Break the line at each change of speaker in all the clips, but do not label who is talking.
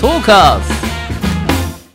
トーカーズ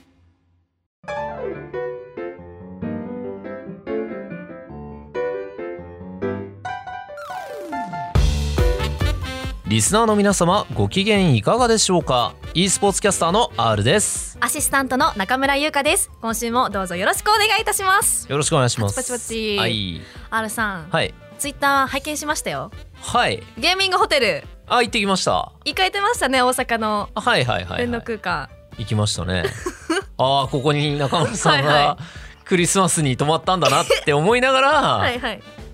リスナーの皆様ご機嫌いかがでしょうか e スポーツキャスターの R です
アシスタントの中村優香です。今週もどうぞよろしくお願いいたします。
よろしくお願いします
パチパチパチ
はい
R さん、
はい
ツイッター拝見しましたよ。
はい
ゲーミングホテル
あ行ってきました
行かれてましたね、大阪の
あはいはいはい、
運
は
動
い、
空間。
行きましたね ああここに中村さん
はいは
がクリスマスに泊まったんだなって思いながらは
はい
い、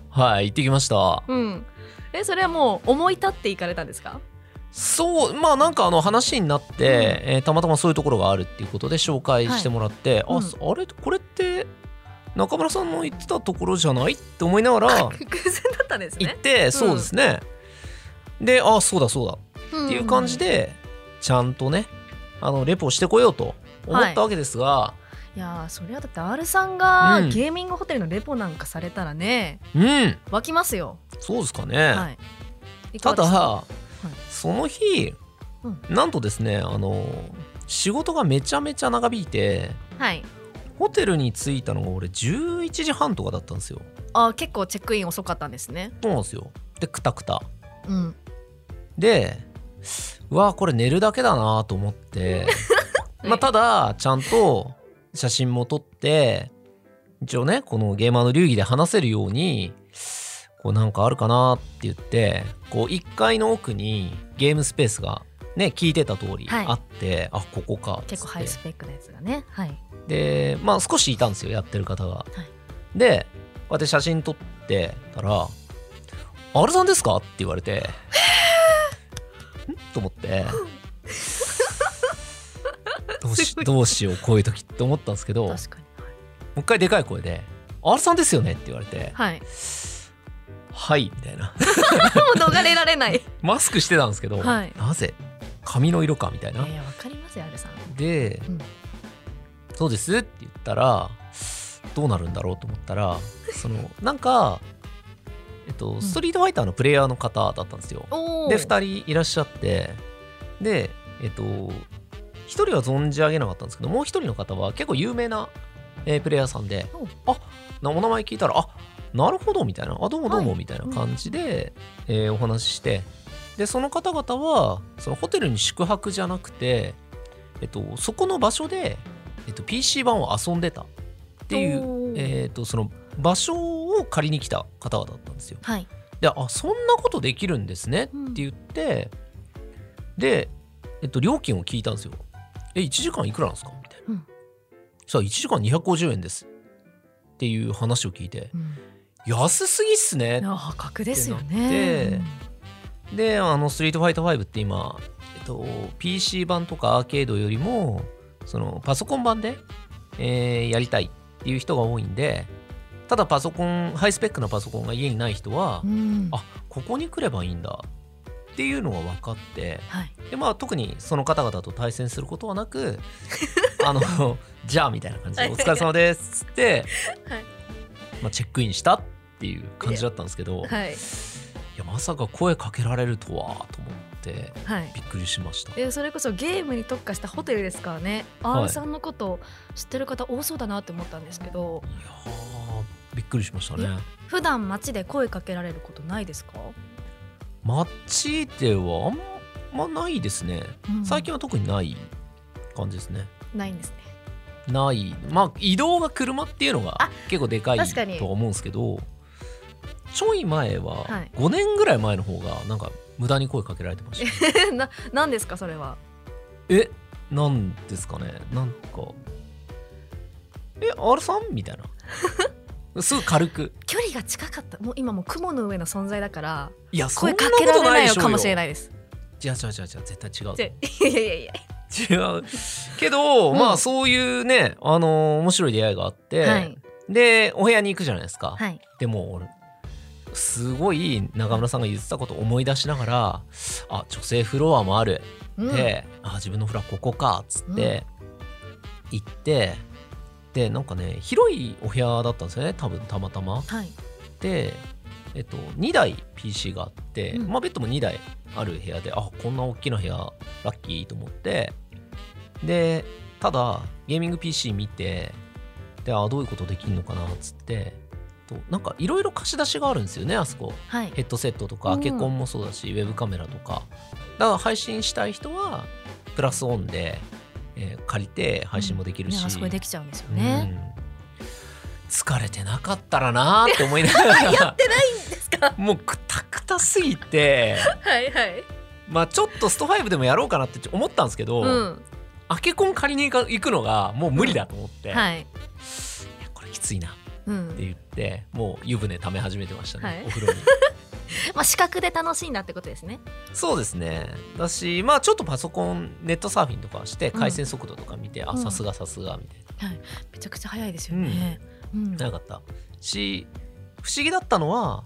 はい。
行ってきました
うん。え、それはもう思い立って行かれたんですか？
そうまあなんかあの話になって、えーたまたまそういうところがあるっていうことで紹介してもらって、
はい
あ
うん
そあれこれって中村さんの言ってたところじゃないって思いながら
偶然だったんです
行っ
ね。
て、そうですねであそうだそうだ
っ
っていう感じ。でちゃんとねあのレポしてこようと思ったわけですが、
いやー、それはだって R さんが
うん
ゲーミングホテルのレポなんかされたらね、
うん
湧きますよ。
そうですかね、
はい。いか
た
が
だ、
でした
その日、
うん
なんとですねあの仕事がめちゃめちゃ長引いて
はい。
ホテルに着いたのが俺11時半とかだったんですよ
あー、結構チェックイン遅かったんですね。
そうなんですよでクタクタ
うん。
でうわこれ寝るだけだなと思って まあただちゃんと写真も撮って一応ねこのゲーマーの流儀で話せるようにこうなんかあるかなって言ってこう1階の奥にゲームスペースがね聞いてた通り
はい
あって、あここかっつって
結構ハイスペックなやつがね。はい。
でまあ少しいたんですよやってる方が、でこうやって写真撮ってたら「あれさんですか?」って言わ れてんと思ってどうし
すごい
どうしようこういう時って思ったんですけどもう
確かに。
一回でかい声で「あれさんですよね?」って言われて
はい。
「はい」みたいな
もう逃れられ ない。い
マスクしてたんですけど、
はい
なぜ髪の色かみたいな
やいや、わかりますよ、アルさん。
で、
うん
そうですって言ったらどうなるんだろうと思った らそのなんか、えっと
ん
ストリートファイターのプレイヤーの方だったんですよ。
おお。
で2人いらっしゃってでえっと1人は存じ上げなかったんですけどもう1人の方は結構有名な、えープレイヤーさんであなお名前聞いたらあなるほどみたいなあどうもどうも
はい
みたいな感じで、えーお話ししてでその方々はそのホテルに宿泊じゃなくて、えっと、そこの場所で、えっと、PC 版を遊んでたっていう、
おー
えっとその場所を借りに来た方々だったんですよ。
はい。
であそんなことできるんですねって言って、で、えっと、料金を聞いたんですよ。え1時間いくらなんですかみたいな。
うん
さあ1時間250円ですっていう話を聞いて
うん、
安すぎっすね
いや破格ですよ
ってな
ね
っ。であの「ストリートファイター5」って今、えっと、PC 版とかアーケードよりもそのパソコン版で、えーやりたいっていう人が多いんでただパソコンハイスペックなパソコンが家にない人は、
うん。
あここに来ればいいんだっていうのが分かって
はい。
で、まあ、特にその方々と対戦することはな くあのじゃあみたいな感じで「お疲れ様です」っつって、
はい
まあ、チェックインしたっていう感じだったんですけど。
はい。
いやまさか声かけられるとはと思って
はい。
びっくりしました
えそれこそゲームに特化したホテルですからね、
はい
R さんのこと知ってる方多そうだなって思ったんですけど
いやーびっくりしましたね
普段街で声かけられることないですか、
街ではあんまないですね
うん
最近は特にない感じですね
ないんですね
ないまあ移動が車っていうのが
あ
結構でかい
確かに
とは思うんですけどちょい前は
はい
5年ぐらい前の方がなんか無駄に声かけられてました、
な何ですかそれは
えなんですかねなんか「え R さん?」みたい なすぐ軽く
距離が近かったもう今もう雲の上の存在だから
いや、そん
声
な
か
こ
けられ
とな
ないい
で
の
しょう
かもしれ
い。
ないです
違う違う違う違う、絶対違う
じゃ いやいやいや
と。違う。けど、
うん
まあ、そういうね、あのー面白い出会いがあって、
はい
で、お部屋に行くじゃないですか。
はい
でも、俺すごい中村さんが言ってたことを思い出しながら、あ、女性フロアもある。
うん
で、あ、自分のフロアここか、つって、行って、で、なんかね、広いお部屋だったんですよね、多分、たまたま。
はい
で、えっと、2台 PC があって、
うん
まあ、ベッドも2台ある部屋であこんな大きな部屋ラッキーと思ってでただゲーミング PC 見てであどういうことできるのかなっつってとなんかいろいろ貸し出しがあるんですよねあそこ
はい
ヘッドセットとか
う
ア
ん
ケコンもそうだし、ウェブカメラとかだから配信したい人はプラスオンで、えー借りて配信もできるし、
ねあそこでできちゃうんですよね、
うん疲れてなかったらなーって思いながら やってないんです
か
もうくたくたすぎて
はいはい
まあちょっとスト5でもやろうかなって思ったんですけど、
うん
アケコン借りに行か行くのがもう無理だと思って、い
はい
やこれきついなっ
うん
て言ってもう湯船溜め始めてましたね、
はい
お風 呂に
まあ視覚で楽しいんだってことですね
そうですねだしまあちょっとパソコンネットサーフィンとかして回線速度とか見て、
う
あ
ん
さすがさすがみたいな
めちゃくちゃ早いですよね、うん
なかったし不思議だったのは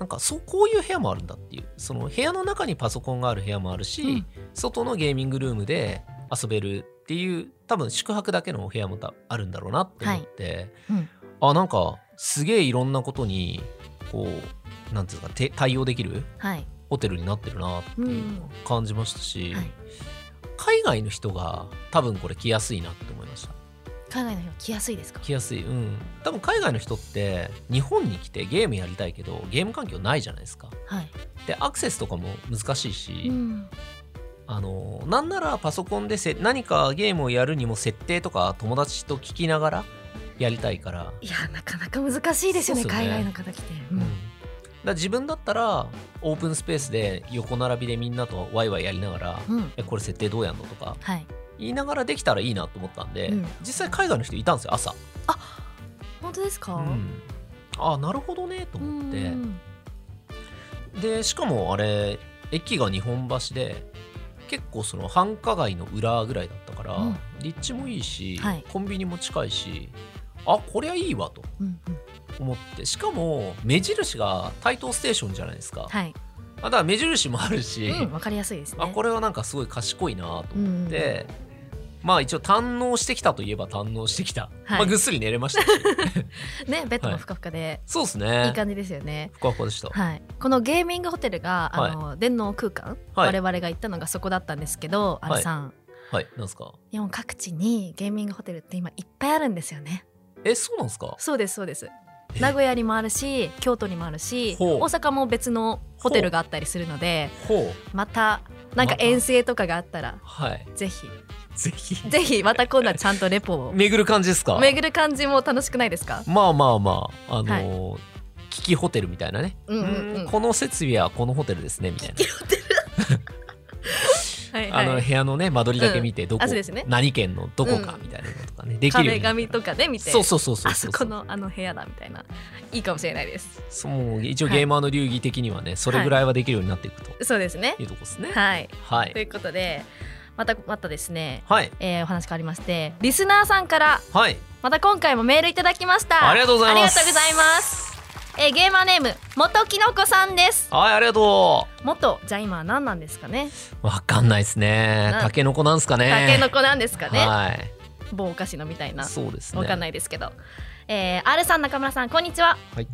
なんかそうこういう部屋もあるんだっていうその部屋の中にパソコンがある部屋もあるし、
うん
外のゲーミングルームで遊べるっていう多分宿泊だけのお部屋もたあるんだろうなって思って、
はいうん
あなんかすげえいろんなことにこうなんていうんですかて対応できる
はい
ホテルになってるなっていうのを感じましたし、
はい
海外の人が多分これ来やすいなって思いました。
海外の人来やすいですか
来やすいうん多分海外の人って日本に来てゲームやりたいけどゲーム環境ないじゃないですか
はい、
でアクセスとかも難しいし、
うん
あのなんならパソコンでせ何かゲームをやるにも設定とか友達と聞きながらやりたいから、
いやなかなか難しいですよね
そうっすよね
海外の方来て、
う
う
んんだから自分だったらオープンスペースで横並びでみんなとワイワイやりながら、
うん
えこれ設定どうやんのとか
はい
言いながらできたらいいなと思ったんで、
うん
実際海外の人いたんですよ朝、
本当ですか、
うんあなるほどねと思って、
うん
でしかもあれ駅が日本橋で結構その繁華街の裏ぐらいだったから、
うん
立地もいいし、
はい
コンビニも近いしあこりゃいいわと
うんうん
思ってしかも目印が台東ステーションじゃないですか、
はい、
あだから目印もあるし、
うん、わかりやすいですね
あこれはなんかすごい賢いなと
うんう
思
ん
って、まあ一応堪能してきたといえば堪能してきた、
はい
まあ、ぐっすり寝れ ましたし
ねベッド
は
も
い
ふかふかで、
そうです
い、
ね
い感じですよね
ふかふかでした、
はい、このゲーミングホテルが
はい
あの、電脳空間、
はい
我々が行ったのがそこだったんですけど、
い
あるさん
はいなんですか
日本各地にゲーミングホテルって今いっぱいあるんですよね
えそうなんですか
そうですそうです
え
名古屋にもあるし京都にもあるし
ほう
大阪も別のホテルがあったりするので
ほう
またなんか
また
遠征とかがあったら
はい
ぜひ
ぜひ
ぜひまた今度はちゃんとレポを
巡る感じですか
巡る感じも楽しくないですか
まあまあまああのー危機ホテルみたいなね、
うんうんうん
この設備はこのホテルですねみたいな、
はい
あの
はい
部屋のね間取りだけ見てどこ、
あそうですね
何県のどこか
うん
みたいなのとかね、できるよう
壁
になる
紙とかで見て
そうそうそうそう
あそこのあの部屋だみたいないいかもしれないです
そうもう一応
はい
ゲーマーの流儀的にはね、それぐらいはできるようになっていくと
そうですね
いうとこですね
はい
は
と
い
いうことでまたまたですね、
はい
えーお話変わりましてリスナーさんから
はい
また今回もメールいただきました
ありがとうございます
ありがとうございます、えーゲーマーネーム元きのこさんです
はいありがと
元じゃあ今は何なんですかね
うわかんないですね
な
タケノコなんすかね
タケノコなんですかね
はい
某お菓子のみたいな
そうですね
わかん
い
ないですけど、えー、R さん中村さんこんにちは、
はい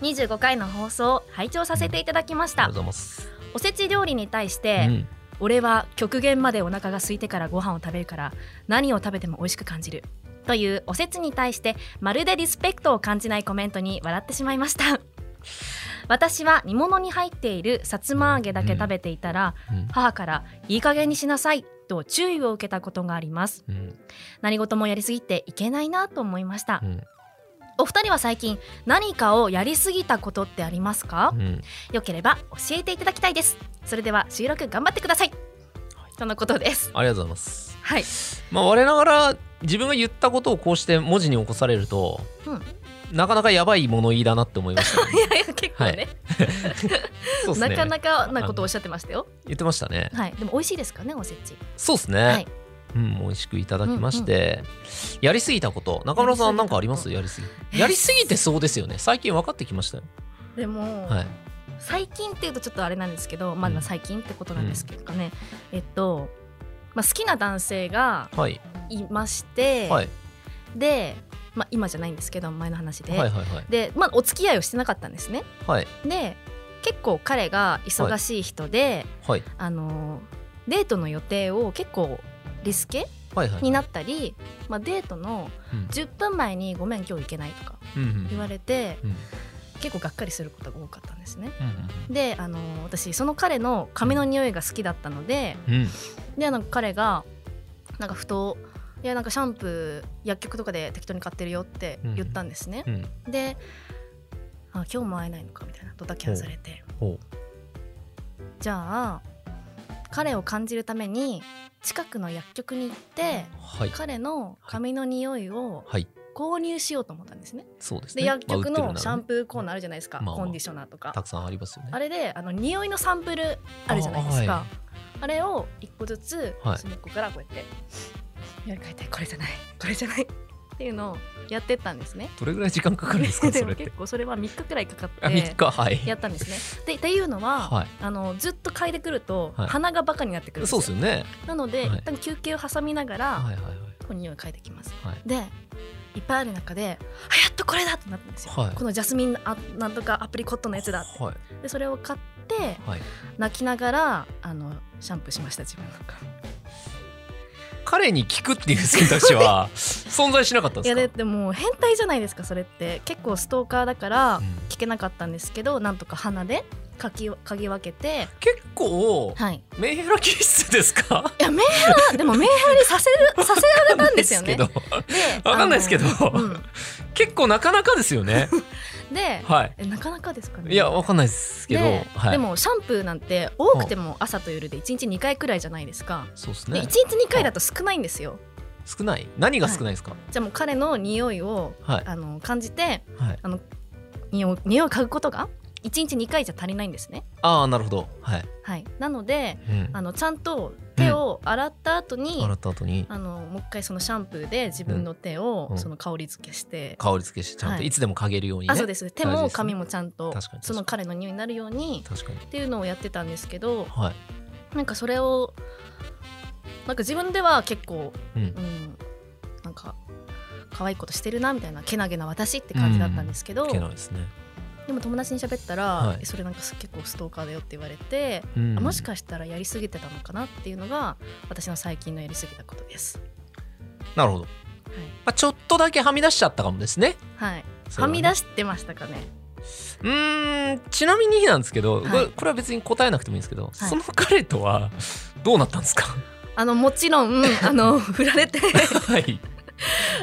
25回の放送を拝聴させていただきま
あ
し
りが
た
とうございます、
おせち料理に対し
う
て、
ん、
俺は極限までお腹が空いてからご飯を食べるから何を食べても美味しく感じるというおせちに対してまるでリスペクトを感じないコメントに笑ってしまいました 私は煮物に入っているさつま揚げだけ食べていたら、
うん
母からいい加減にしなさいと注意を受けたことがあります
うん
何事もやりすぎていけないなと思いました
うん
お二人は最近何かをやりすぎたことってありますか、
うん
よければ教えていただきたいですそれでは収録頑張ってください、とのことです
ありがとうございます
はい
まあ、我ながら自分が言ったことをこうして文字に起こされると、
うん
なかなかやばい物言いだなって思いました、
いやいや結構ね,、
そうっすね
なかなかなことをおっしゃってましたよ
言ってましたね
はいでも美味しいですかねおせち
そうですね、
はい
うん美味しくいただきまして、やりすぎたこと中村さんなんかありますやりすぎやりすぎてそうですよね最近分かってきましたよ
でも、
はい
最近っていうとちょっとあれなんですけどまあ
うん
まあ最近ってことなんですけどね、えっとまあ、好きな男性が
はい
いまして、
はい
で、まあ、今じゃないんですけど前の話で、
はいはいはい
で、まあ、お付き合いをしてなかったんですね
はい
で結構彼が忙しい人で、
はい
あのデートの予定を結構リスケ
はいはい
になったり、まあ、デートの
うん
10分前に「ごめん今日行けない」とか
うんうん
言われて、
うん
結構がっかりすることが多かったんですね。
うん
であの私その彼の髪の匂いが好きだったので
うんうん
でなんか彼がなんかふと「いやなんかシャンプー薬局とかで適当に買ってるよ」って言ったんですね。
うん
であ「今日も会えないのか」みたいなドタキャンされて
ほ
じゃあ彼を感じるために近くの薬局に行って
うはい
彼の髪の匂いを
はい
購入しようと思ったんですね。
そうですね
で薬局
まあ売ってるなら
の
ね
シャンプーコーナーあるじゃないですか、
まあまあ
コンディショナーとか
たくさんありますよね
あれであの匂いのサンプルあるじゃないですかあ,、
あは
れを一個ずつ
はい
隅っこからこうやって「匂い変えたいこれじゃないこれじゃない」っていうのをやってったんですね。
どれぐらい時間かかるんです か
で
そ
も
れって
結構それは3日くらいかかっ
あ3
て
日はい
やったんですね。でっていうのは、
は
あのずっと嗅いでくると、
はい
鼻がバカになってくるん
い
です
そう
よ
ですよね
なので、
はい
一旦休憩を挟みながら、
はいはいはい
こう匂いを嗅いできます。
はい
でいっぱいある中で「あやっとこれだ!」ってなったんですよ。
はい
このジャスミンあなんとかアプリコットのやつだって
はい
でそれを買って
はい
泣きながらあのシャンプーしました自分なんか
彼に聞くっていう選択肢 は存在しなかったん
い
で
や
すか
ででも変態じゃないですかそれって結構ストーカーだから
うん
聞けなかったんですけどなんとか鼻でかき嗅ぎ分けて
結構
はい
メンヘラ気質ですか
いやメンヘラでもメンヘラにさせ るさせられたんですよね
わかんないですけど、わかんないですけど
あのうん
結構なかなかですよ ね
で
はい
えなかなかですかね
いやわかんないですけど
で,、
はい
でもシャンプーなんて多くても朝と夜で1日2回くらいじゃないですか、
そうです
で1
ね
日2回だと少ないんですよ
少ない何が少ないですか
じゃあもう彼の匂いを
はい
あの感じて
はい
匂い匂いを嗅ぐことが1日2回じゃ足りないんですね。
ああなるほどはい
はい、なので
うん
あのちゃんと手を洗った後に、
洗った後に
あのもう一回そのシャンプーで自分の手を、
うん
その香り付けして、
香り付けしてちゃん
は
と
い
いつでも嗅げるようにね
あそうです手
大事
も
ですね
髪もちゃんと
確かに
その彼の匂いになるように
確かに
っていうのをやってたんですけど
はい
なんかそれをなんか自分では結構、
うん
うん、なんか可愛いことしてるなみたいなけなげな私って感じだったんですけど、
いけないですね
でも友達に喋ったら、
はい
えそれなんかす結構ストーカーだよって言われて、
うん
あもしかしたらやりすぎてたのかなっていうのが私の最近のやりすぎたことです。
なるほどまあちょっとだけはみ出しちゃったかもですね
はい、はい
それ
は
ね
み出してましたかね。
うーんちなみになんですけど、
はい
これこれは別に答えなくてもいいんですけど、その彼とはどうなったんです か
あのもちろん、 うんあの振られて、
はい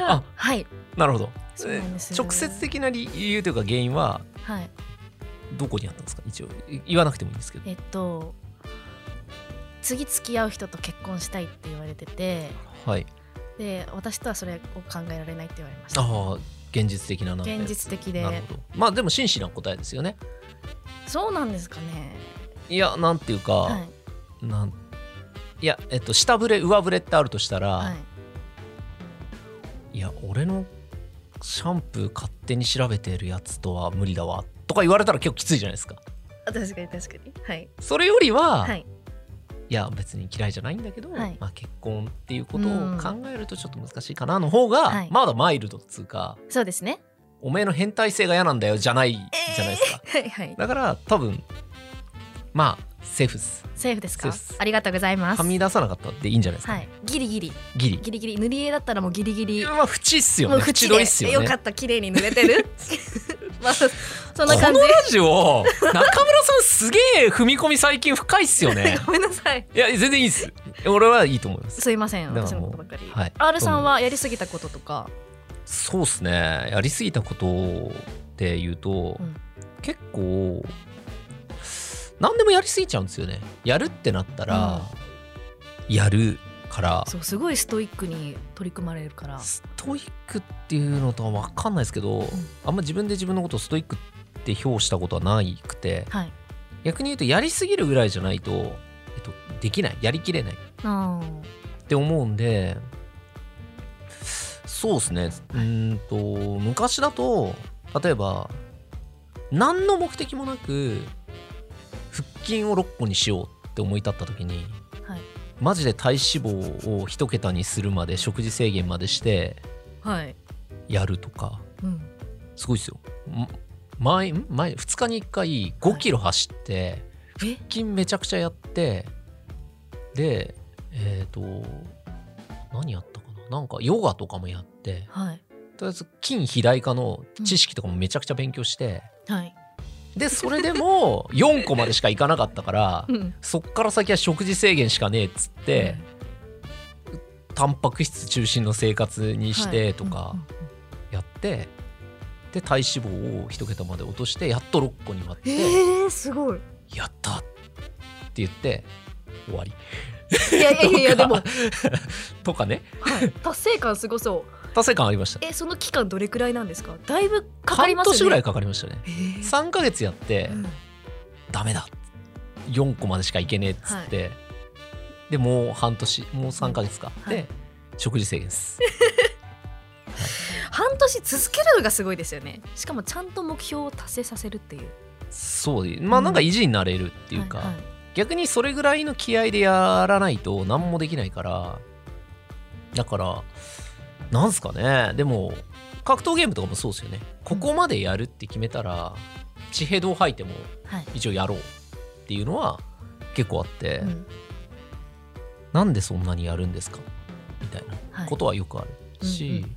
あ
はい、
なるほど
そうなんですよ
直接的な理由というか原因は
はい、
どこにあったんですか一応い言わなくてもいいんですけど
えっと次付き合う人と結婚したいって言われてて、
はい
で私とはそれを考えられないって言われました。
ああ現実的ななんて
現実的
なる
で、
ほどまあでも真摯な答えですよね
そうなんですかね。
いやなんていうか、
はい、
なんいやえっと下振れ上振れってあるとしたら、
はい、
いや俺のシャンプー勝手に調べてるやつとは無理だわとか言われたら結構きついじゃないですか
あ確かに確かに、はい、
それよりは、
はい
い、。や別に嫌いじゃないんだけど、
はい
まあ、結婚っていうことを
うん
考えるとちょっと難しいかなの方が、
はい
まだマイルドっつうか
そうですね。
おめえの変態性が嫌なんだよじゃないじゃないですか、
はいはい。
だから多分まあセーフっす
セーフですか
セーフです
ありがとうございます。
はみ出さなかったっていいんじゃないですか、
はい。ギリギリ
ギリ
ギリギリ塗り絵だったらもうギリギリ。
まあ縁っすよ
も
ね
う
縁
縁
取
で
りっすよね
よかった綺麗に塗れ てる。まあそそんな
こ
感
の
じ
ラ。ジオ中村さんすげえ踏み込み最近深いっすよ ね
ごめんなさい。
いや全然いいっす俺はいいと思います
すいません。
だから
私のことばっかり。
もうはい
R さんはやりすぎたこととか。
そうっすねやりすぎたことで言うと、
うん
結構何でもやりすぎちゃうんですよねやるってなったら、やるから
そうすごいストイックに取り組まれるから。
ストイックっていうのとは分かんないですけど、あんま自分で自分のことをストイックって評したことはないくて
はい。
逆に言うとやりすぎるぐらいじゃないと、えっと、できないやりきれない
あ
って思うんでそうですねうーんと昔だと例えば何の目的もなく腹筋を6個にしようって思い立った時に
あ。はい。
マジで体脂肪を1桁にするまで食事制限までして
はい。
やるとか
うん。
すごいですよ。ん前ん前2日に1回5キロ走って、
え
腹筋めちゃくちゃやってでえっ、と何やったかななんかヨガとかもやって
はい
とりあえず筋肥大化の知識とかもめちゃくちゃ勉強して、
はい
でそれでも4個までしか行かなかったから
うん
そっから先は食事制限しかねえっつって、タンパク質中心の生活にしてとかやって、で体脂肪を一桁まで落としてやっと6個に割って、
ええすごい
やったって言って終わり
いやいやいやいやでもは
とかね
い達成感すごそう
達成感ありました
えその期間どれくらいなんですかだいぶかかります
半
よね
年ぐらいかかりましたね
ええ
3ヶ月やって、
うん
ダメだ4個までしかいけねえっつって、でもう半年もう3ヶ月か、
はい
で食事制限です
半年続けるのがすごいですよねしかもちゃんと目標を達成させるっていう
そうまあなんか維持になれるっていうか、
はいはい
逆にそれぐらいの気合でやらないと何もできないからだからなんすかねでも格闘ゲームとかもそうですよねここまでやるって決めたら地平道吐いても
はい
一応やろうっていうのは結構あって、
うん
なんでそんなにやるんですかみたいな
はい
ことはよくあるし、
うんうん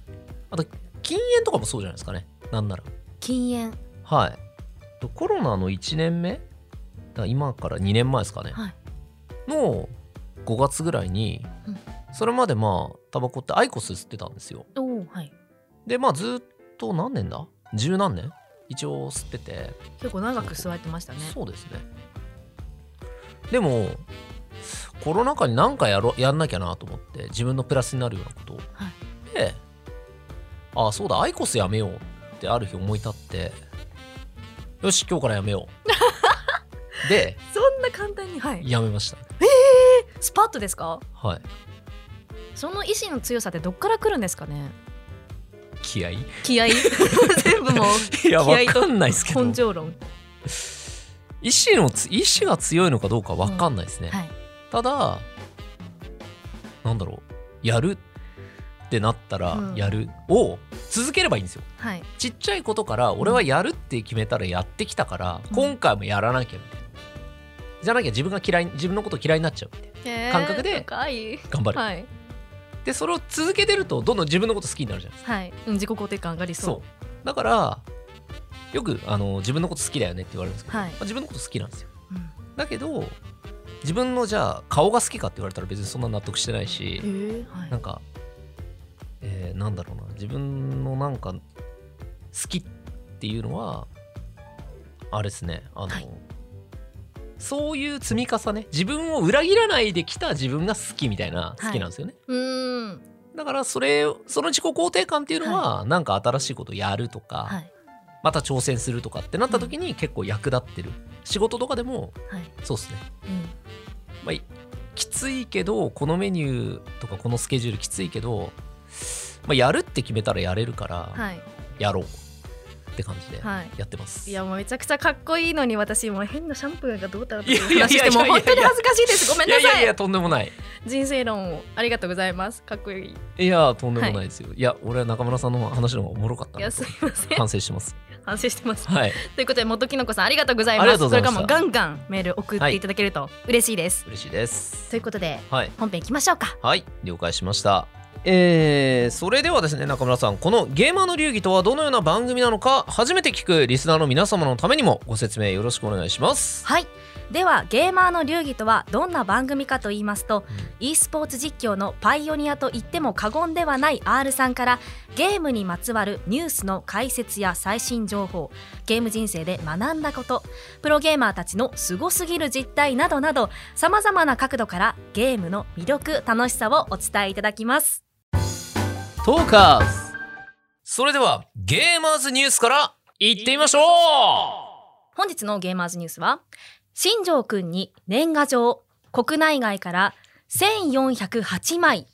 あと禁煙とかもそうじゃないですかねなんなら
禁煙
はいとコロナの1年目だから今から2年前ですかね、
はい
の5月ぐらいに、
うん
それまでまあタバコってアイコス吸ってたんですよ
おおはい
でまあずっと何年だ十何年一応吸ってて、
結構長く座ってましたね
そうですねでもコロナ禍に何かやろやんなきゃなと思って自分のプラスになるようなことを、
は
でああそうだアイコスやめようってある日思い立ってよし今日からやめよ うで
そんな簡単にはい
やめました
スパッとですか
はい
その意志の強さってどっから来るんですかね
気合い
気合全部もう
いや
気合
わ
いと
かんないですけど
根性論
意志のつ意志が強いのかどうかわかんないですね、
はい
ただなんだろうやるってなったら
うん
やるを続ければいいんですよ
はい
ちっちゃいことから俺はやるって決めたらやってきたから、
うん
今回もやらなきゃみたいなじゃなきゃ自分が嫌い自分のこと嫌いになっちゃうみたいな感覚で
深い
頑張る、
はい
でそれを続けてるとどんどん自分のこと好きになるじゃないですか
はいうん自己肯定感上がり
そ
そう
だからよくあの自分のこと好きだよねって言われるんですけど、
はい
まあ自分のこと好きなんですよ
う
だけど自分のじゃあ顔が好きかって言われたら別にそんな納得してないし、
んえーはい
なんか、えーなんだろうな自分のなんか好きっていうのはあれですねあの、
はい
そういう積み重ね自分を裏切らないできた自分が好きみたいな好きなんですよね、
うーん
だからそれをその自己肯定感っていうのは、なんか新しいことやるとか、
はい
また挑戦するとかってなった時に結構役立ってる、仕事とかでも
はい
そうですね
うん
まあ、いきついけどこのメニューとかこのスケジュールきついけど、まあ、やるって決めたらやれるから
はい
やろうって感じで
はい
やってます、
いやもうめちゃくちゃかっこいいのに私もう変なシャンプーがどうたらと
い
か
やいやいやいや
話してもう本当に恥ずかしいですごめんなさい
いやいやとんでもない
人生論をありがとうございますかっこいい
いやとんでもないですよ、い、や俺は中村さんの話の方がおもろかった
い
な
や
と
すいません
反省してます
反省してます
はい
ということで元きのこさんありがとうござい
ありが
ます
とうござい
それ
まし
か
た
らもうガンガンメール送っていただけると嬉しいです、
嬉しいです
ということで
はい
本編いきましょうか
はい了解しましたえー、それではですね中村さんこの「ゲーマーの流儀」とはどのような番組なのか初めて聞くリスナーの皆様のためにもご説明よろしくお願いします、
はいではゲーマーの流儀とはどんな番組かと言いますと
うん
e スポーツ実況のパイオニアと言っても過言ではない R さんからゲームにまつわるニュースの解説や最新情報ゲーム人生で学んだことプロゲーマーたちのすごすぎる実態などなどさまざまな角度からゲームの魅力楽しさをお伝えいただきます
トーカーズそれではゲーマーズニュースからいってみましょう
本日のゲーマーズニュースは新庄くんに年賀状国内外から1408枚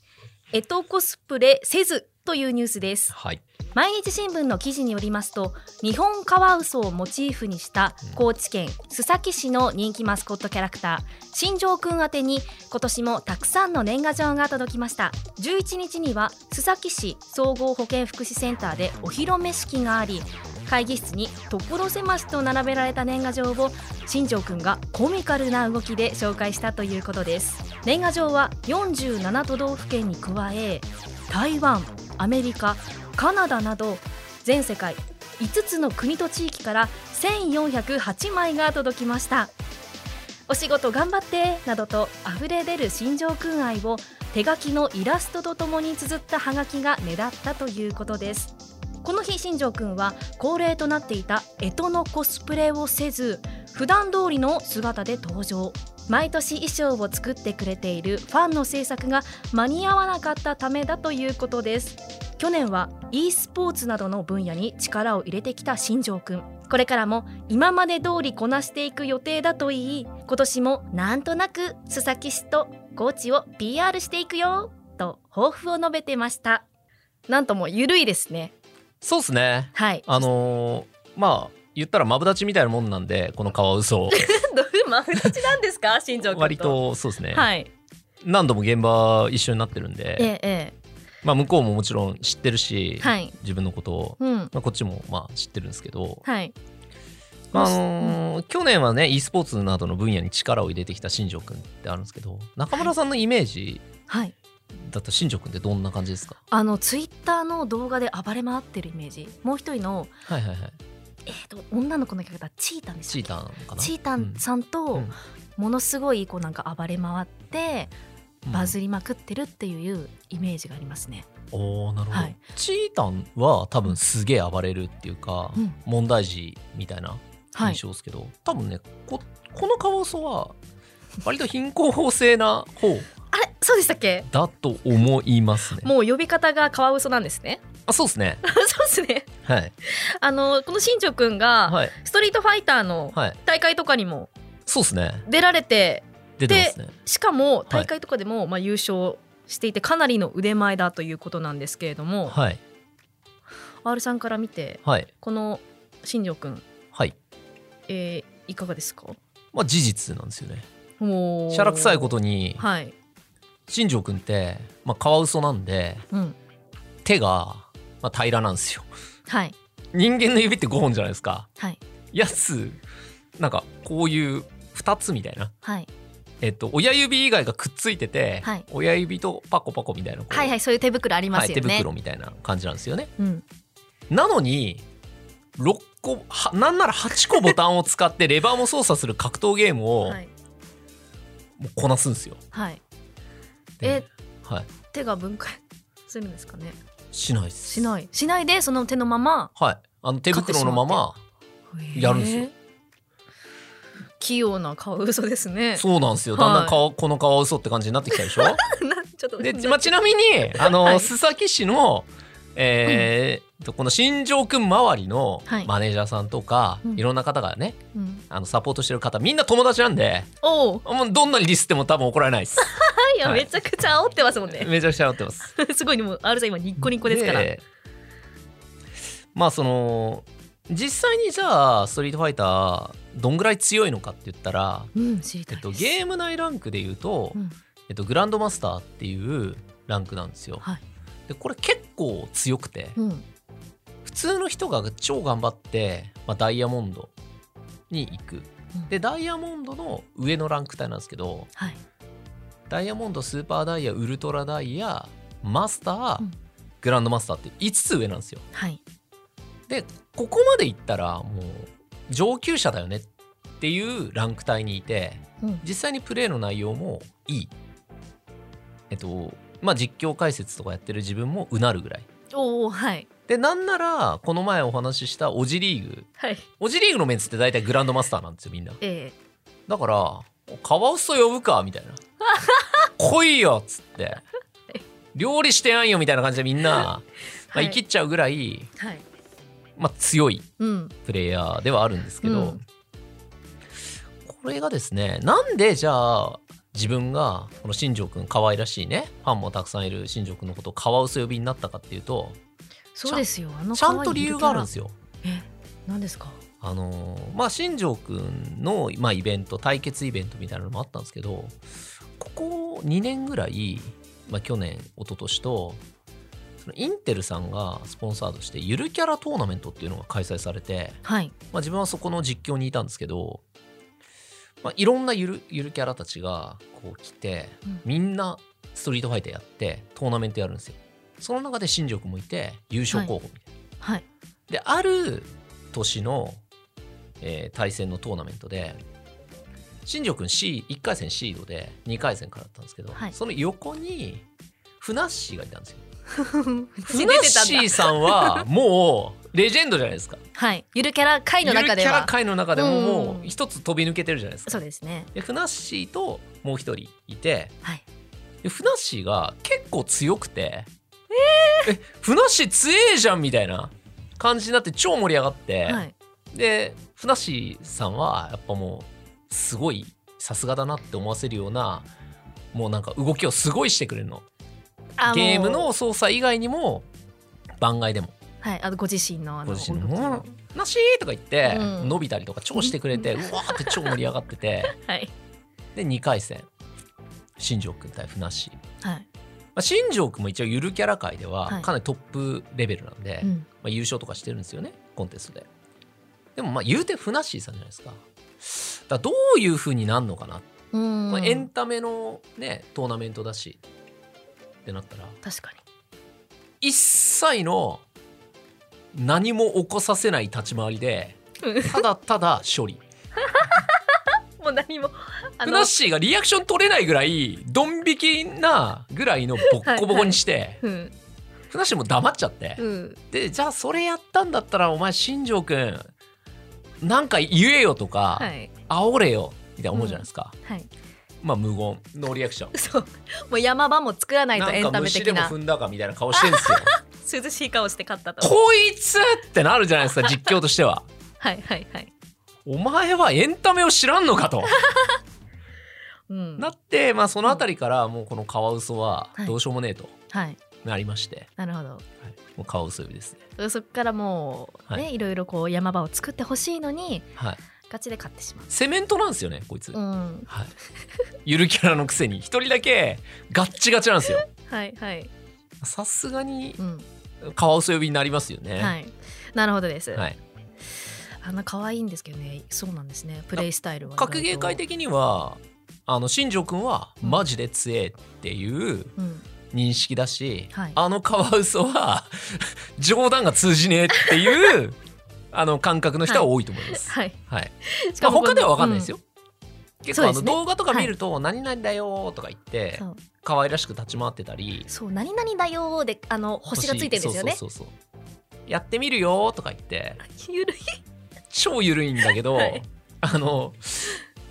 エトコスプレせずというニュースです
はい
毎日新聞の記事によりますと日本カワウソをモチーフにした高知県須崎市の人気マスコットキャラクター新庄くん宛てに今年もたくさんの年賀状が届きました11日には須崎市総合保健福祉センターでお披露目式があり会議室に所狭しと並べられた年賀状を新庄くんがコミカルな動きで紹介したということです年賀状は47都道府県に加え台湾アメリカカナダなど全世界5つの国と地域から1408枚が届きましたお仕事頑張ってなどと溢れ出る新庄くん愛を手書きのイラストとともに綴ったハガキが目立ったということですこの日新庄くんは恒例となっていた干支のコスプレをせず普段通りの姿で登場毎年衣装を作ってくれているファンの制作が間に合わなかったためだということです去年は e スポーツなどの分野に力を入れてきた新庄くんこれからも今まで通りこなしていく予定だといい今年もなんとなく須崎市と高知を PR していくよと抱負を述べてましたなんともゆるいですね
そうっすね
はい
あのーまあ言ったらマブダチみたいなもんなんでこの川 嘘
どういうマフ立ちなんです か新庄君と
割とそうですね、
はい
何度も現場一緒になってるんで、
えええ
まあ、向こうももちろん知ってる
え
し、
はい
自分のことを、
うん
まあ、こっちもまあ知ってるんですけど、
はい
まああのー去年はね e スポーツなどの分野に力を入れてきた新庄君ってあるんですけど中村さんのイメージ
はい
だと新庄君ってどんな感じですか、
あのツイッターの動画で暴れ回ってるイメージもう一人の
はいはいはい、
えっ、と女の子のキャラクターチータンでした
チー
っけ
ターなのかな
チータンさん
う
と
ん
ものすごいこうなんか暴れ回ってバズりまくってるっていうイメージがありますね。
おーなるほど、
はい
チータンは多分すげえ暴れるっていうか、
うん
問題児みたいな
はい
印象ですけど、多分ねここのカワウソは割と貧困法制な方
あれそうでしたっけ？
だと思いますね。
もう呼び方がカワウソなんですね。
あそうですね。
そうですね。
はい
あのこの新庄くんが
はい
ストリートファイターの
はい。
大会とかにも
そうですね。
出られて、
出てますね。
しかも大会とかでもまあ優勝していてかなりの腕前だということなんですけれども、
はい
R さんから見て
はい
この新庄くん、
はい。
えー、いかがですか？
まあ事実なんですよね。
もう
しゃらくさいことに
はい。
新庄君ってまあカワウソなんで
うん。
手がまあ平らなんですよ。
はい。
人間の指って5本じゃないですか。
はい。
やつなんかこういう2つみたいな。
はい。
えっと、親指以外がくっついてて、
はい
親指とパコパコみたいなこう
はいはい、そういう手袋ありますよね。
はい、手袋みたいな感じなんですよね。
うん。
なのに6個はなんなら8個ボタンを使ってレバーも操作する格闘ゲームを
はい。
もうこなすんですよ。
はい。
ではい、
手が分解するんですかね。
しないです。
しない。しないで、その手のまま。
はい、あの手袋のままやるんですよ
へー。器用な顔嘘ですね。
そうなんですよ
はい
だんだん顔、この顔嘘って感じになってきたでしょ
な ちょっと。
で、
な
まあ、ちなみにあの、
はい
須崎市の、えーとこの新庄くん周りの
はい
マネージャーさんとか、
うん
い、ろんな方がね
うん
あのサポートしてる方みんな友達なんで
おお。
もうどんなにディスっても多分怒られないです
はいや、
はい
めちゃくちゃ煽ってますもんね。
めちゃくちゃなってます。
すごい、でも、あるさん、今ニッコニコですから。
でまあその実際にじゃあストリートファイターどんぐらい強いのかって言ったら、
うん、知
え
りた
っ
い
と、
です。
ゲーム内ランクで言うと、
うん
えっと、グランドマスターっていうランクなんですよ。
はい
でこれ結構強くて
うん。
普通の人が超頑張って、まあ、ダイヤモンドに行く
うん。
でダイヤモンドの上のランク帯なんですけど
はい。
ダイヤモンドスーパーダイヤウルトラダイヤマスター、
うん
グランドマスターって5つ上なんですよ。
はい。
でここまでいったらもう上級者だよねっていうランク帯にいて
うん。
実際にプレイの内容もいいえっとまあ実況解説とかやってる自分もうなるぐらい
おお、はい。
でなんならこの前お話ししたオジリーグ
はい。
オジリーグのメンツって大体グランドマスターなんですよみんな
ええ。
だからカワウソ呼ぶかみたい な来いよっつって料理してやんよみたいな感じでみんな、まあ、
はい
生きっちゃうぐらい、
はい。
まあ、強い
うん。
プレイヤーではあるんですけど、
うん
これがですねなんでじゃあ自分がこの新庄くん可愛らしいねファンもたくさんいる新庄くんのことをカワウソ呼びになったかっていうと
そうですよ。あの。
ちゃんと理由があるんですすよ。
え、何ですか。
あのーまあ新庄くんの、まあ、イベント対決イベントみたいなのもあったんですけどここ2年ぐらい、まあ、去年一昨年とそのインテルさんがスポンサードしてゆるキャラトーナメントっていうのが開催されて、
はい
まあ、自分はそこの実況にいたんですけど、まあ、いろんなゆるゆるキャラたちがこう来て
うん
みんなストリートファイターやってトーナメントやるんですよその中で新宿もいて優勝候補みたいな、
はい
である年の、えー対戦のトーナメントで新庄君 C1 回戦シードで2回戦からだったんですけど、
はい
その横にふなっしーがいたんですよ。ふ
出
なって
た
し
ん
ー
だ
さんはもうレジェンドじゃないですか。
はいゆるキャラ界の中で
ゆるキャ
は
ラ界の中でもも
う
うん一つ飛び抜けてるじゃないですか。
そうですね
でふなっしーともう一人いて
はい
でふなっしーが結構強くて「えふなっしー強えじゃん」みたいな感じになって超盛り上がって。
はい
でふなっしーさんはやっぱもうすごいさすがだなって思わせるようなもうなんか動きをすごいしてくれるの
あもう
ゲームの操作以外にも番外でも
はいあのご自身のあの
ご自身の
動
「
き
ふなっしー!」とか言って、
うん
伸びたりとか超してくれてうわーって超盛り上がってて
はい
で2回戦新庄君対ふなっしー、ま
はい
あ、新庄君も一応ゆるキャラ界で
は
はいかなりトップレベルなんで、
うん
まあ、優勝とかしてるんですよねコンテストででもまあ言うてふなっしーさんじゃないですかだからどういう風になるのかな、
うん
まあ、エンタメのねトーナメントだしってなったら
確かに
一切の何も起こさせない立ち回りで
うん
ただただ処理
もう何もあ
ふ
の
なっしーがリアクション取れないぐらいドン引きなぐらいのボッコボコにして
うん
ふなっしーも黙っちゃって、
うん
でじゃあそれやったんだったらお前新庄君なんか言えよとか、
はい
煽れよみたいな思うじゃないですか、
はい
まあ無言ノーリアクション
そうもう山場も作らないと
な
エン
んか
タメ
虫
的
でも
な
踏んだかみたいな顔してるんですよ
涼しい顔して勝った と
こいつってなるじゃないですか実況としては
はいはいはい
お前はエンタメを知らんのかと
うん
なってまあそのあたりからもうこのカワウソは
はい
どうしようもねえと
はい
なりまして、
なるほど
はいもうカワウソ呼びですね
そこからもう、ね、
はい
ろいろこう山場を作ってほしいのに
はい
ガチで勝ってしまう。
セメントなんですよねこいつ、
うん、
はいゆるキャラのくせに一人だけガッチガチなんですよ
はいはい、
さすがに
うん、
カワウソ呼びになりますよね
はい、なるほどです。
はい
あんな可愛いんですけどね、そうなんですね、プレイスタイルは。
格ゲー界的にはあの新庄君はマジで強えっていう
うん、
認識だし、
はい
あのカワウソは冗談が通じねえっていう あの感覚の人は多いと思います。はい
はい。し
まあ、他では分かんないです
よ。
よ。結構あの
そうです
動
ね
画とか見ると「何々だよ」とか言って
そう、
可愛らしく立ち回ってたり
そう、何々だよーで、あの星がついてるんですよね。
そうそうそうそうやってみるよとか言って
ゆるい。
超ゆるいんだけど、
はい
あの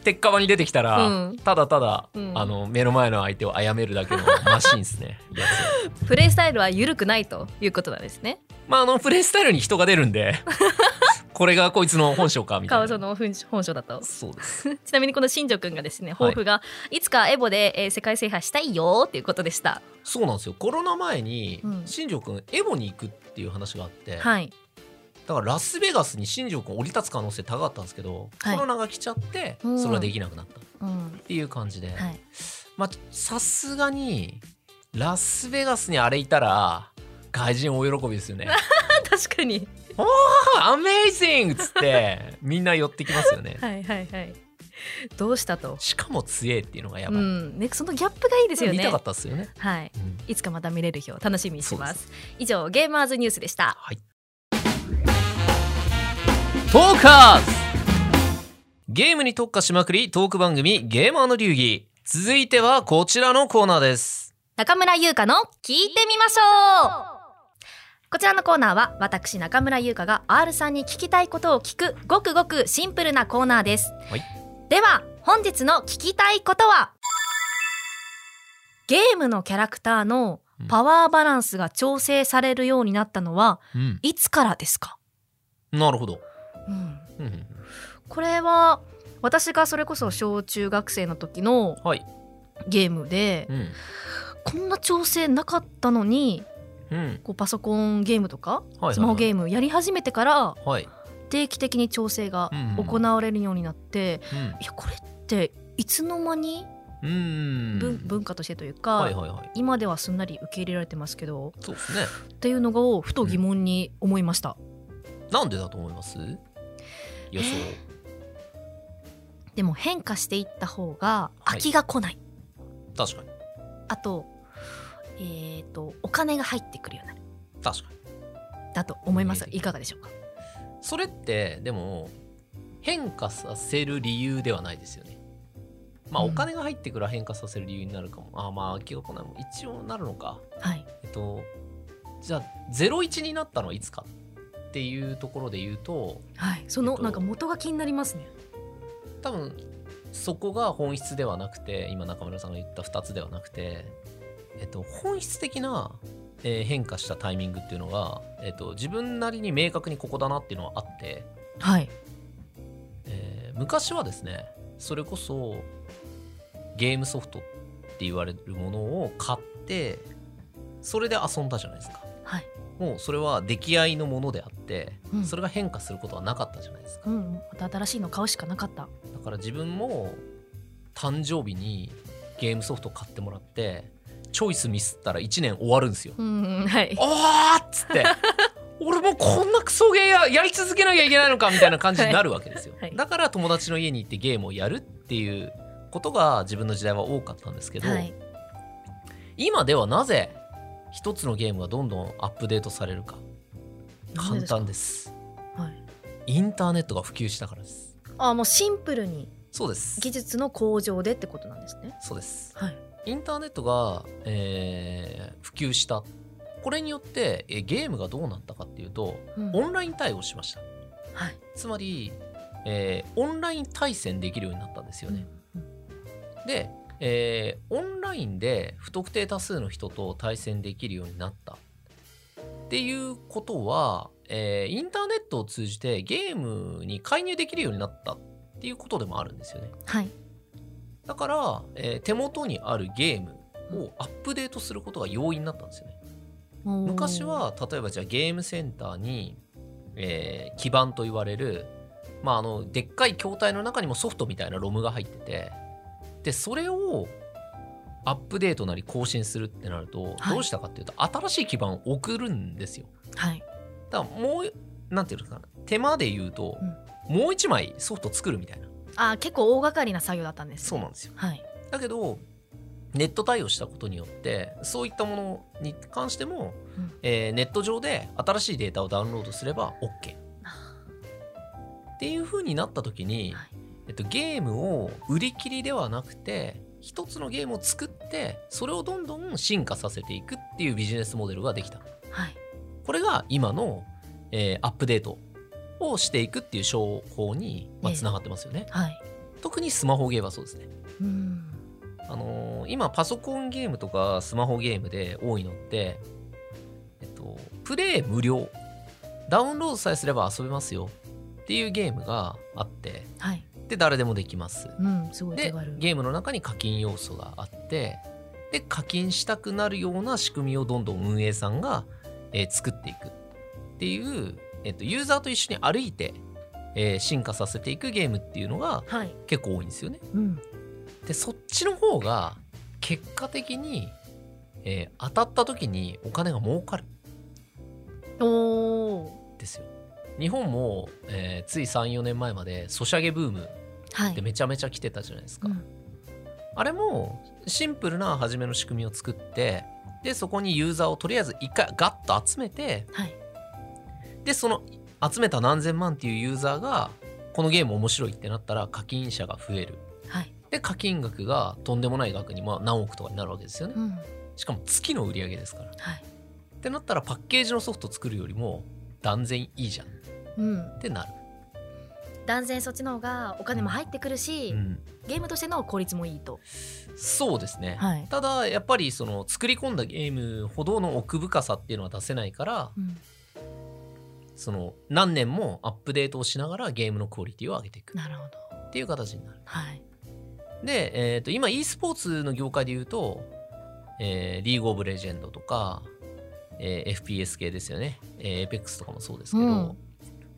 鉄火場に出てきたら、
うん
ただただ、
うん
あの目の前の相手を殺めるだけの マシンですねやつ
プレイスタイルはゆるくないということなんですね。
まああのプレイスタイルに人が出るん でこれがこいつの本性かみたいな
川園の本本性だと。
そうです
ちなみにこの新庄くんがですね、抱負が、い、つかエボで、えー世界制覇したいよーっていうことでした。
そうなんですよコロナ前に、
うん
新庄君エボに行くっていう話があって、
はい。
だからラスベガスに新庄君降り立つ可能性高かったんですけど、
はい
コロナが来ちゃって
うん
それができなくなったっ
うん。
ていう感じで、
はい。
まあさすがにラスベガスにあれいたら外人大喜びですよね。
確かに。
アメイジングっつってみんな寄ってきますよね。
はいはいはい。どうしたと。
しかも強えっていうのがや
う
ばい。
ん、ね、そのギャップがいいですよね。
見たかったですよね。
はい。
うん
いつかまた見れる日を楽しみにしま
そ
す。以上、ゲーマーズニュースでした。
はい。トーカーズゲームに特化しまくりトーク番組ゲーマーの流儀。続いてはこちらのコーナーです。
中村優香の聞いてみましょう。こちらのコーナーは私中村優香が R さんに聞きたいことを聞くごくごくシンプルなコーナーです、
はい
では本日の聞きたいことはゲームのキャラクターのパワーバランスが調整されるようになったのは
うん。
いつからですか、
なるほど。
うん、
うんうん
これは私がそれこそ小中学生の時の
はい。
ゲームで
うん。
こんな調整なかったのに
うん。
こうパソコンゲームとか
はい。
スマホゲ
ー
ームやり始めてか
ム。
ら
はい。
定期的に調整が
うんうん
行われるようになって、
うん
いやこれっていつの間に
うーん
文文化としてというか、
はいはいはい
今ではすんなり受け入れられてますけど
そうですね
っていうのをふと疑問に思いました、
なんでだと思います予想
でも変化していった方が
は
飽
い
きが来ない、
確かに
あとえー、とお金が入ってくるようになる
確かに
だと思います
えー
いかがでしょうか
それってでも変化させる理由ではないですよねまあ
うん
お金が入ってくる変化させる理由になるかも、ああまあ気が来ないも一応なるのか
はい
えっとじゃあ01になったのはいつかっていうところで言うと
はいその、
えっと
なんか元が気になりますね
多分そこが本質ではなくて今中村さんが言った2つではなくて、えっと、本質的な、えー変化したタイミングっていうのが、えっと、自分なりに明確にここだなっていうのはあって、
はい
えー昔はですねそれこそゲームソフトって言われるものを買ってそれで遊んだじゃないですか
はい
もうそれは出来合いのものであって、
うん
それが変化することはなかったじゃないですか
うんまた新しいの買うしかなかった
だから自分も誕生日にゲームソフト買ってもらってチョイスミスったら1年終わるんですよ。
うんはい
あーっつって 俺もうこんなクソゲーややり続けなきゃいけないのかみたいな感じになるわけですよ。
はいはい
だから友達の家に行ってゲームをやるっていうことが自分の時代は多かったんですけど、
はい
今ではなぜ一つのゲームがどんどんアップデートされるか簡単です。
はい
インターネットが普及したからです。
あもうシンプルに
そうです。
技術の向上でってことなんですね
そうです。
はい
インターネットが、えー普及したこれによってえーゲームがどうなったかっていうと
うん
オンライン対応しました
はい
つまり、えーオンライン対戦できるようになったんですよね、で、えーオンラインで不特定多数の人と対戦できるようになったっていうことは、えーインターネットを通じてゲームに介入できるようになったっていうことでもあるんですよね
はい
だから、えー手元にあるゲームをアップデートすることが容易になったんですよね。
おー
昔は例えばじゃあゲームセンターに、えー基板と言われる、まあ、あのでっかい筐体の中にもソフトみたいなロムが入っててでそれをアップデートなり更新するってなると、
はい
どうしたかっていうと新しい基板を送るんですよ。
はい
だからもうなんていうのかな手間で言うと、もう一枚ソフト作るみたいな
あ結構大掛かりな作業だったんですね
そうなんですよ。
はい
だけどネット対応したことによってそういったものに関しても、
うん
えーネット上で新しいデータをダウンロードすれば OK
あ
っていう風になった時に、
はい
えっと、ゲームを売り切りではなくて一つのゲームを作ってそれをどんどん進化させていくっていうビジネスモデルができた
はい
これが今の、えーアップデートをしていくっていう商法につな、まあ
ええ
繋がってますよね、
はい
特にスマホゲーはそうですね
うん
あのー今パソコンゲームとかスマホゲームで多いのって、えっと、プレイ無料ダウンロードさえすれば遊べますよっていうゲームがあって
はい
で誰でもできます
うんすごい手
で
軽
ゲームの中に課金要素があってで課金したくなるような仕組みをどんどん運営さんが、えー作っていくっていう、えっと、ユーザーと一緒に歩いて、えー進化させていくゲームっていうのが
はい
結構多いんですよね。
うん
でそっちの方が結果的に、えー当たった時にお金が儲かる
おー
んですよ日本も、えーつい34年前までソシャゲブーム
は
って
い
めちゃめちゃ来てたじゃないですか、
うん
あれもシンプルな初めの仕組みを作ってでそこにユーザーをとりあえず一回ガッと集めて
はい
でその集めた何千万っていうユーザーがこのゲーム面白いってなったら課金者が増える
はい
で課金額がとんでもない額に、まあ、何億とかになるわけですよね
うん
しかも月の売り上げですから
はい
ってなったらパッケージのソフト作るよりも断然いいじゃんっ
うん
てなる、
断然そっちの方がお金も入ってくるし、ゲームとしての効率もいいと
そうですね、
はい
ただやっぱりその作り込んだゲームほどの奥深さっていうのは出せないから
うん
その何年もアップデートをしながらゲームのクオリティを上げていく
なるほど
っていう形になる
はい
で、えー、と今 e スポーツの業界で言うと、えーリーグオブレジェンドとか、えー FPS 系ですよね、えー、APEX とかもそうですけど、
うん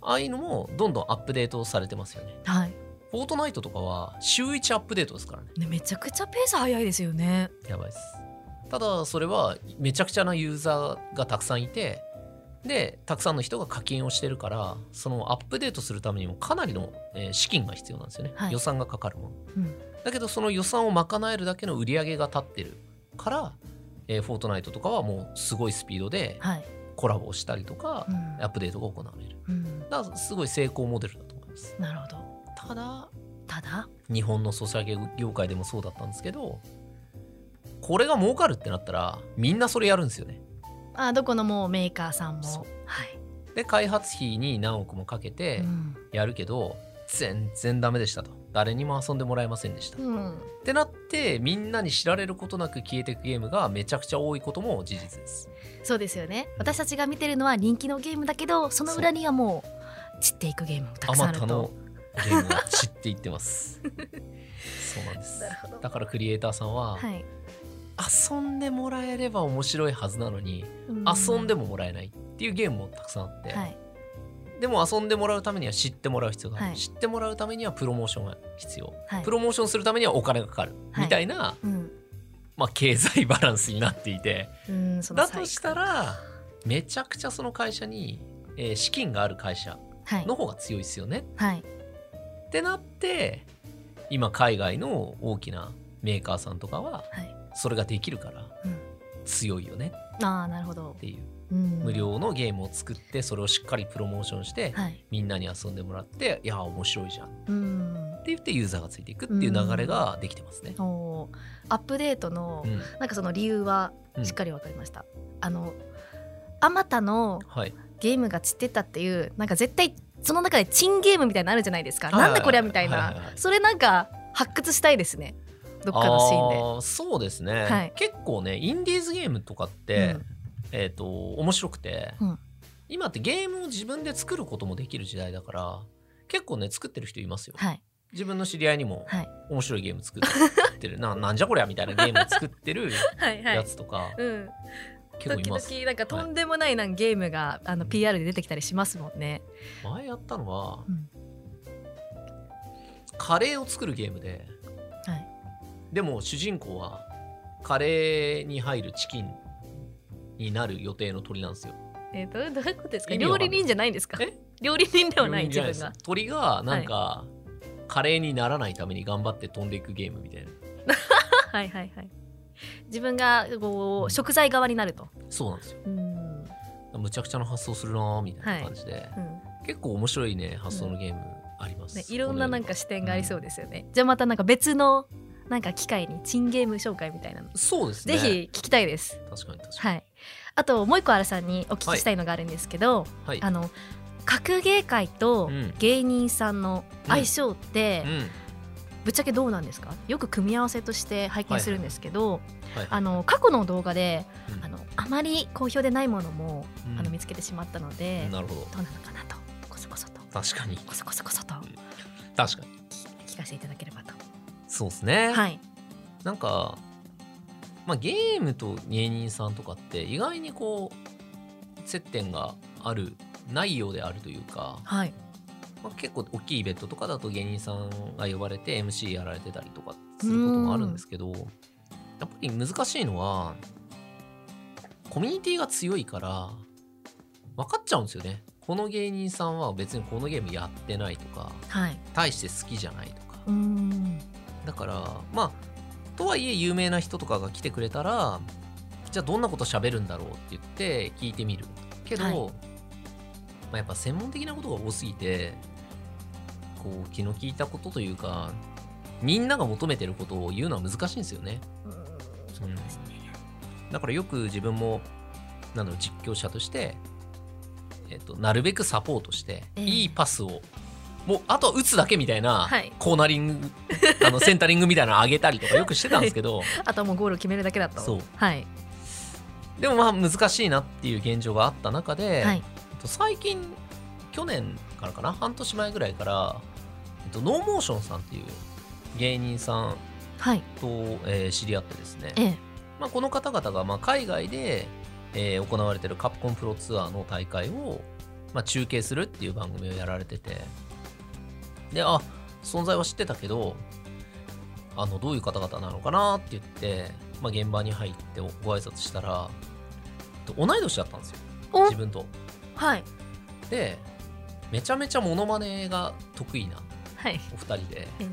ああいうのもどんどんアップデートされてますよね
はい
フォートナイトとかは週1アップデートですからね
ねめちゃくちゃペース早いですよね
やばいですただそれはめちゃくちゃなユーザーがたくさんいてでたくさんの人が課金をしてるからそのアップデートするためにもかなりの、えー資金が必要なんですよね、
はい
予算がかかるもの、
うん
だけどその予算を賄えるだけの売り上げが立ってるから、えーフォートナイトとかはもうすごいスピードで
はい、
コラボをしたりとか
う、
アップデートが行われる
んうん、
だからすごい成功モデルだと思います
なるほど
ただ
ただ
日本のソシャゲ業界でもそうだったんですけどこれが儲かるってなったらみんなそれやるんですよね
あどこのもうメーカーさんも
そう
はい、
で開発費に何億もかけて
うん
やるけど、全然ダメでしたと誰にも遊んでもらえませんでした、っ
うん、
てなってみんなに知られることなく消えていくゲームがめちゃくちゃ多いことも事実です
そうですよね私たちが見てるのは人気のゲームだけどその裏にはもう散っていくゲームもた
あ
くさんあ
ま
る
た
と
のゲームが散っていってます そうなんです
なるほど
だからクリエイターさんは、
はい、
遊んでもらえれば面白いはずなのに遊んでももらえないっていうゲームもたくさんあって、
はい
でも遊んでもらうためには知ってもらう必要がある、
はい
知ってもらうためにはプロモーションが必要、
はい
プロモーションするためにはお金がかかる、
はい
みたいな、
うん
まあ、経済バランスになっていて
うん、その
だ
サイ
と
クル
したらめちゃくちゃその会社に、えー資金がある会社
はい
の方が強いですよね、
はい
ってなって今海外の大きなメーカーさんとかは
はい
それができるから
うん
強いよね
ああなるほど
っ、ていう
うん、
無料のゲームを作ってそれをしっかりプロモーションして
はい
みんなに遊んでもらっていや面白いじゃんって
うん
言ってユーザーがついていくっていう流れができてますね。
おーアップデートの、
うん
なんかその理由は
うん
しっかりわかりました、あのあまたの
はい、
ゲームが散ってったっていうなんか絶対その中でチンゲームみたいなのあるじゃないですか、
はいはいはい
なんだこれはみたいな、
はいはいはい
それなんか発掘したいですねどっかのシーンで
あーそうですね、
はい
結構ねインディーズゲームとかって、
うん
えっ、と面白くて、
うん
今ってゲームを自分で作ることもできる時代だから結構ね作ってる人いますよ。
はい
自分の知り合いにも
はい
面白いゲーム作ってる、ななんじゃこりゃみたいなゲーム作ってる
はいは
や
い
つとか
うん、
結構い
時
ま
々
す。
なんかとんでもないなんかゲームがあの PR で出てきたりしますもんね。
前やったのは、
うん
カレーを作るゲームで、
はい
でも主人公はカレーに入るチキンになる予定の鳥なんですよ。
えっ、とどういうことですか
意味わか
料
んない
理人じゃないんですか
え
料理人ではない
じ
自
ゃ
分
です
が。
鳥がなんか、カレーにならないために頑張って飛んでいくゲームみたいな。
はいはいはい。自分がこう食材側になると。
そうなんですよ。
うん
むちゃくちゃな発想するなーみたいな感じで、
うん
結構面白いね発想のゲームあります。
ね、いろんななんか視点がありそう
で
ですよね。じゃあまたなんか別のなんか機会にチンゲーム紹介みたいなの、
す。そうですね。
ぜひ聞きたいです。
確かに確か
はい。あともう一個あらさんにお聞きしたいのがあるんですけど、
に。はい。
あの格ゲー界と
うん
芸人さんの相性って、
うん。
ぶっちゃけどうなんですか？よく組み合わせとして拝見するんですけど、
はい。
あの過去の動画で、
うん
あのあまり好評でないものも、
うん
あの見つけてしまったので、
なるほど。
どうなのかなとこそこそと
確かに
こそこそこそと
確かに
聞かせていただければと。
そうですね、
はい。
なんか、まあ、ゲームと芸人さんとかって意外にこう接点があるないようであるというか、
はい。
まあ、結構大きいイベントとかだと芸人さんが呼ばれて MC やられてたりとかすることもあるんですけどやっぱり難しいのはコミュニティが強いから分かっちゃうんですよねこの芸人さんは別にこのゲームやってないとか
はい。
大して好きじゃないとか
うーん。
だからまあとはいえ有名な人とかが来てくれたらじゃあどんなこと喋るんだろうって言って聞いてみるけど、
はい
まあ、やっぱ専門的なことが多すぎてこう気の利いたことというかみんなが求めてることを言うのは難しいんですよね
うーんそうですね。
だからよく自分もなんだろう実況者として、えっと、なるべくサポートして、
ええ
いいパスをもうあとは打つだけみたいな、
はい
コーナリングあ のセンタリングみたいなの上げたりとかよくしてたんですけど、
あとはもうゴールを決めるだけだと。
そう
はい。
でもまあ難しいなっていう現状があった中で、
はい。
えっと最近去年からかな半年前ぐらいから、えっと、ノーモーションさんっていう芸人さん
はい。
と、えー知り合ってですね
え、え。
まあ、この方々がまあ海外で、えー行われてるカプコンプロツアーの大会を、まあ、中継するっていう番組をやられててであ存在は知ってたけどあのどういう方々なのかなって言って、まあ、現場に入ってご挨拶したらと同い年だったんですよ
お
自分と。
はい
でめちゃめちゃモノマネが得意な
はい
お二人で
えー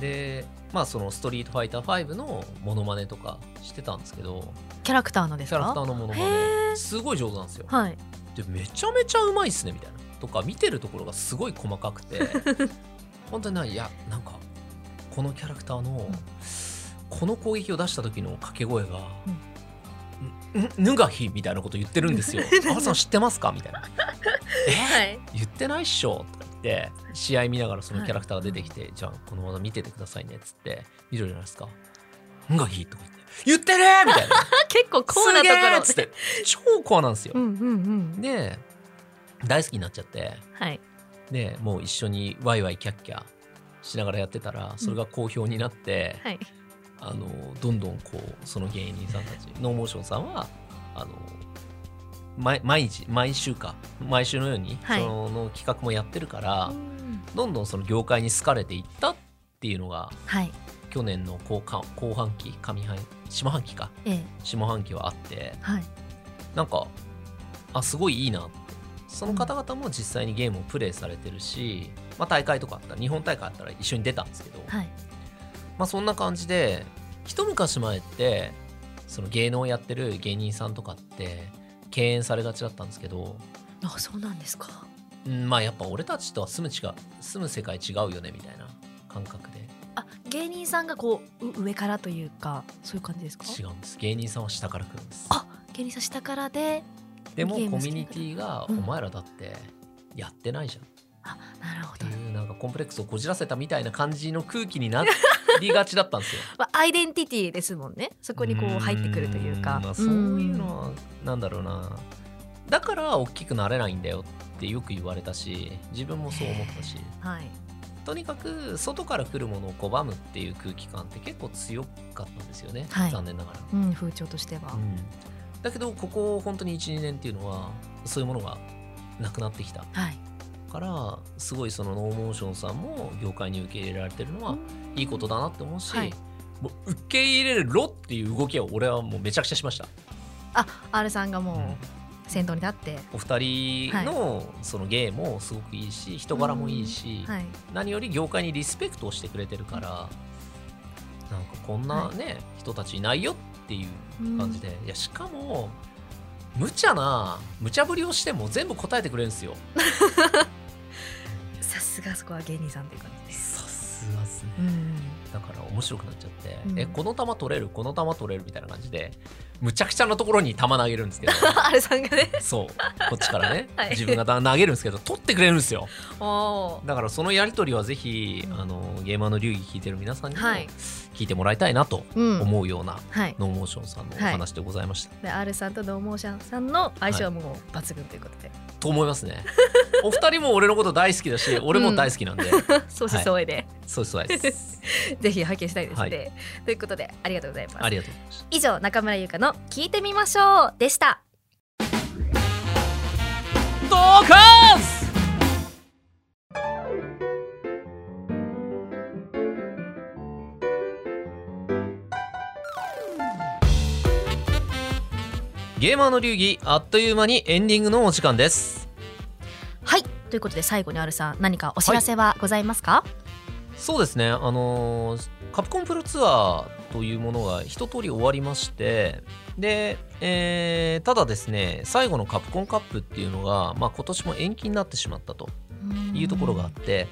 でまあその「ストリートファイター5」のモノマネとかしてたんですけど
キャラクターので
キ
す
ャラクタ
か
ーのモノマ
へ
ネ
ー
すごい上手なんですよ。
はい
でめちゃめちゃうまいっすねみたいなとか見てるところがすごい細かく て本当にないやなんかこのキャラクターの、
うん
この攻撃を出した時の掛け声が
うん。
「んんぬがひ」みたいなこと言ってるんですよ あさん知ってますかみたいな。え
はい
言ってないっしょとか言って試合見ながらそのキャラクターが出てきて、じゃあこのまま見ててくださいねっつって見るじゃないですか「んがひ」とか言って「言ってね!」みたいな「
結構コア
す
なと
げ
こ
え!」
ろ
っつって超コアなんですよ
う。んうんうん
で大好きになっちゃって
はい
でもう一緒にワイワイキャッキャしながらやってたらそれが好評になって、
はい
あのどんどんこうその芸人さんたちノーモーションさんはあの毎毎日毎週か毎週のように、
はい
その企画もやってるから、どんどんその業界に好かれていったっていうのが
はい
去年の後半後半期上半下半期か
ええ
下半期はあって
はい
なんかあすごいいいなってその方々も実際にゲームをプレイされてるし、まあ、大会とかあったら日本大会あったら一緒に出たんですけど、
はい
まあ、そんな感じで一昔前ってその芸能をやってる芸人さんとかって敬遠されがちだったんですけど、
あそうなんですか
うん、まあやっぱ俺たちとは住む違う住む世界違うよねみたいな感覚で
あ芸人さんがこうう上からというかそういう感じですか
違うんです芸人さんは下から来るんです
あ芸人さん下からで
でも
ゲーム
コ
好き
ミュ
だ
ニティが「お
うん
前らだってやってないじゃん」
あなるほ
って
ど
いうなんかコンプレックスをこじらせたみたいな感じの空気になりがちだったんですよ。
まあアイデンティティですもんねそ こにこう入ってくるというか
んまあ、そういうのはなんだろうなだから大きくなれないんだよってよく言われたし自分もそう思ったし
うんはい
とにかく外から来るものを拒むっていう空気感って結構強かったんですよね、
はい
残念ながら。
うん風潮としては
うんだけどここ本当に12年っていうのはそういうものがなくなってきた
はい
からすごいそのノーモーションさんも業界に受け入れられてるの
う
は
ん
いいことだなって思うし、
はい
もう受け入れろっていう動きを俺はもうめちゃくちゃしました。
あ R さんがもう先頭に立って
お二人のその芸もすごくいいし人柄もいいし、
はい
何より業界にリスペクトをしてくれてるからなんかこんなね、人たちいないよっていう感じで、いやしかも無茶な無茶ぶりをしても全部答えてくれるんです よ。
うんさすがそこは芸人さんという感じです
さすがですね
うん
だから面白くなっちゃって、
うん
えこの球取れるこの球取れるみたいな感じでむちゃくちゃなところに球投げるんです けど
R さんがね
そうこっちからね、
はい
自分が投げるんですけど取ってくれるんですよ。
おお
だからそのやり取りはぜひ、
うん
あのゲーマーの流儀聞いてる皆さんにも
はい
聞いてもらいたいなと
うん
思うような、
はい
ノーモーションさんのお話でございました。
で R さんとノーモーションさんの相性はもう抜群ということで、
と思いますね。お二人も俺のこと大好きだし俺も大好きなんで、
相思相愛で、
そうですそうです。
ぜひ拝見したいですね、
はい
ということでありがとうございます
ありがとうございました。
以上中村優香の聞いてみましょうでした
ドカーズゲーマーの流儀あっという間にエンディングのお時間です。
はいということで最後にあるさん何かお知らせはございますか
そうですね、あのーカプコンプロツアーというものが一通り終わりましてで、えーただですね最後のカプコンカップっていうのが、まあ、今年も延期になってしまったというところがあって、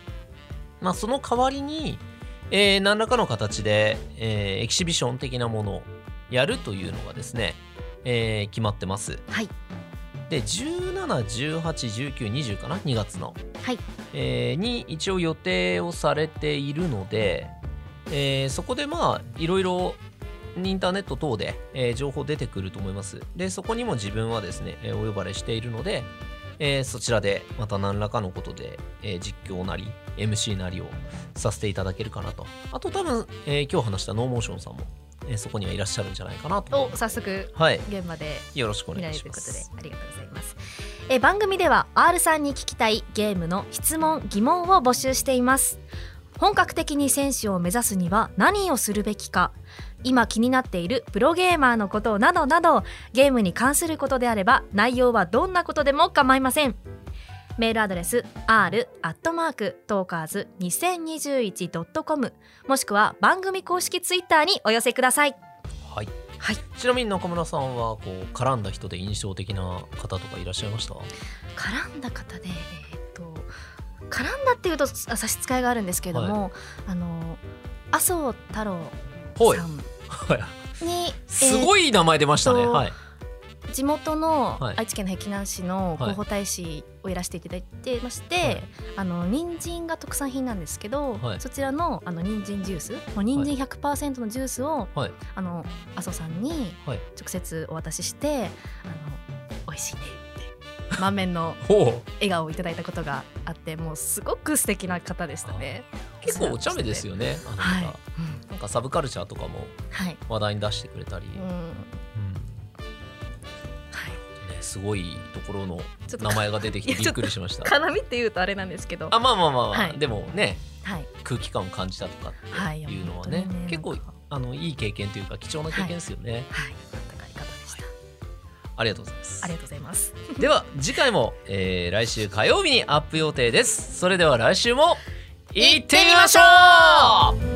まあ、その代わりに、えー何らかの形で、えーエキシビション的なものをやるというのがですね、えー決まってます。
はい
で17181920かな2月の、
はい
えーに一応予定をされているので、えーそこでまあいろいろインターネット等で、えー情報出てくると思いますでそこにも自分はですね、えーお呼ばれしているので、えーそちらでまた何らかのことで、えー実況なり MC なりをさせていただけるかなとあと多分、えー今日話したノーモーションさんも、えーそこにはいらっしゃるんじゃないかなと思い
お
ます
早速
はい
現場で
よろしくお
見ら
願い
れ
し
るという
ま
こと
す
でありがとうございますえ番組では R さんに聞きたいゲームの質問疑問を募集しています本格的に選手を目指すには何をするべきか今気になっているプロゲーマーのことなどなどゲームに関することであれば内容はどんなことでも構いませんメールアドレス r talkers2021.com もしくは番組公式ツイッターにお寄せください
はい、
はい
ちなみに中村さんはこう絡んだ人で印象的な方とかいらっしゃいました
絡んだ方で、えーっと絡んだっていうとあ差し支えがあるんですけれども、あの麻生太郎
ほい
さん
はい
に、
す
い
ごい名前出ましたね、
えーっと
はい
地元の
はい
愛知県の碧南市の広報大使をやらせていただいてまして、
はい
あの人参が特産品なんですけど、
はい
そちらのあの人参ジュースもう人参100%のジュースを、
はい
あの麻生さんに
は
直
い
接お渡しして、あの美味しいね って満面の
ほう
笑顔をいただいたことがあってもうすごく素敵な方でしたね。
結構お茶目ですよねあのなんか
はい、うん
なんかサブカルチャーとかも
はい、
話題に出してくれたり、
うん、
うん
は
ね、すごいところの
い、 ちょっと
名前が出てきて
いや
びっくりしました
絡みって言うとあれなんですけど、
あまあまあまあ、まあ
はい
でもね
はい、
空気感を感じたとかっ
は
て
い、
いうのは
や
ね,、
本当に
結構
なんか
あのいい経験というか貴重な経験ですよね、
はい、温かい方でした。
ありがとうございます
ありがとうございます。
では次回も、えー来週火曜日にアップ予定ですそれでは来週も行ってみましょう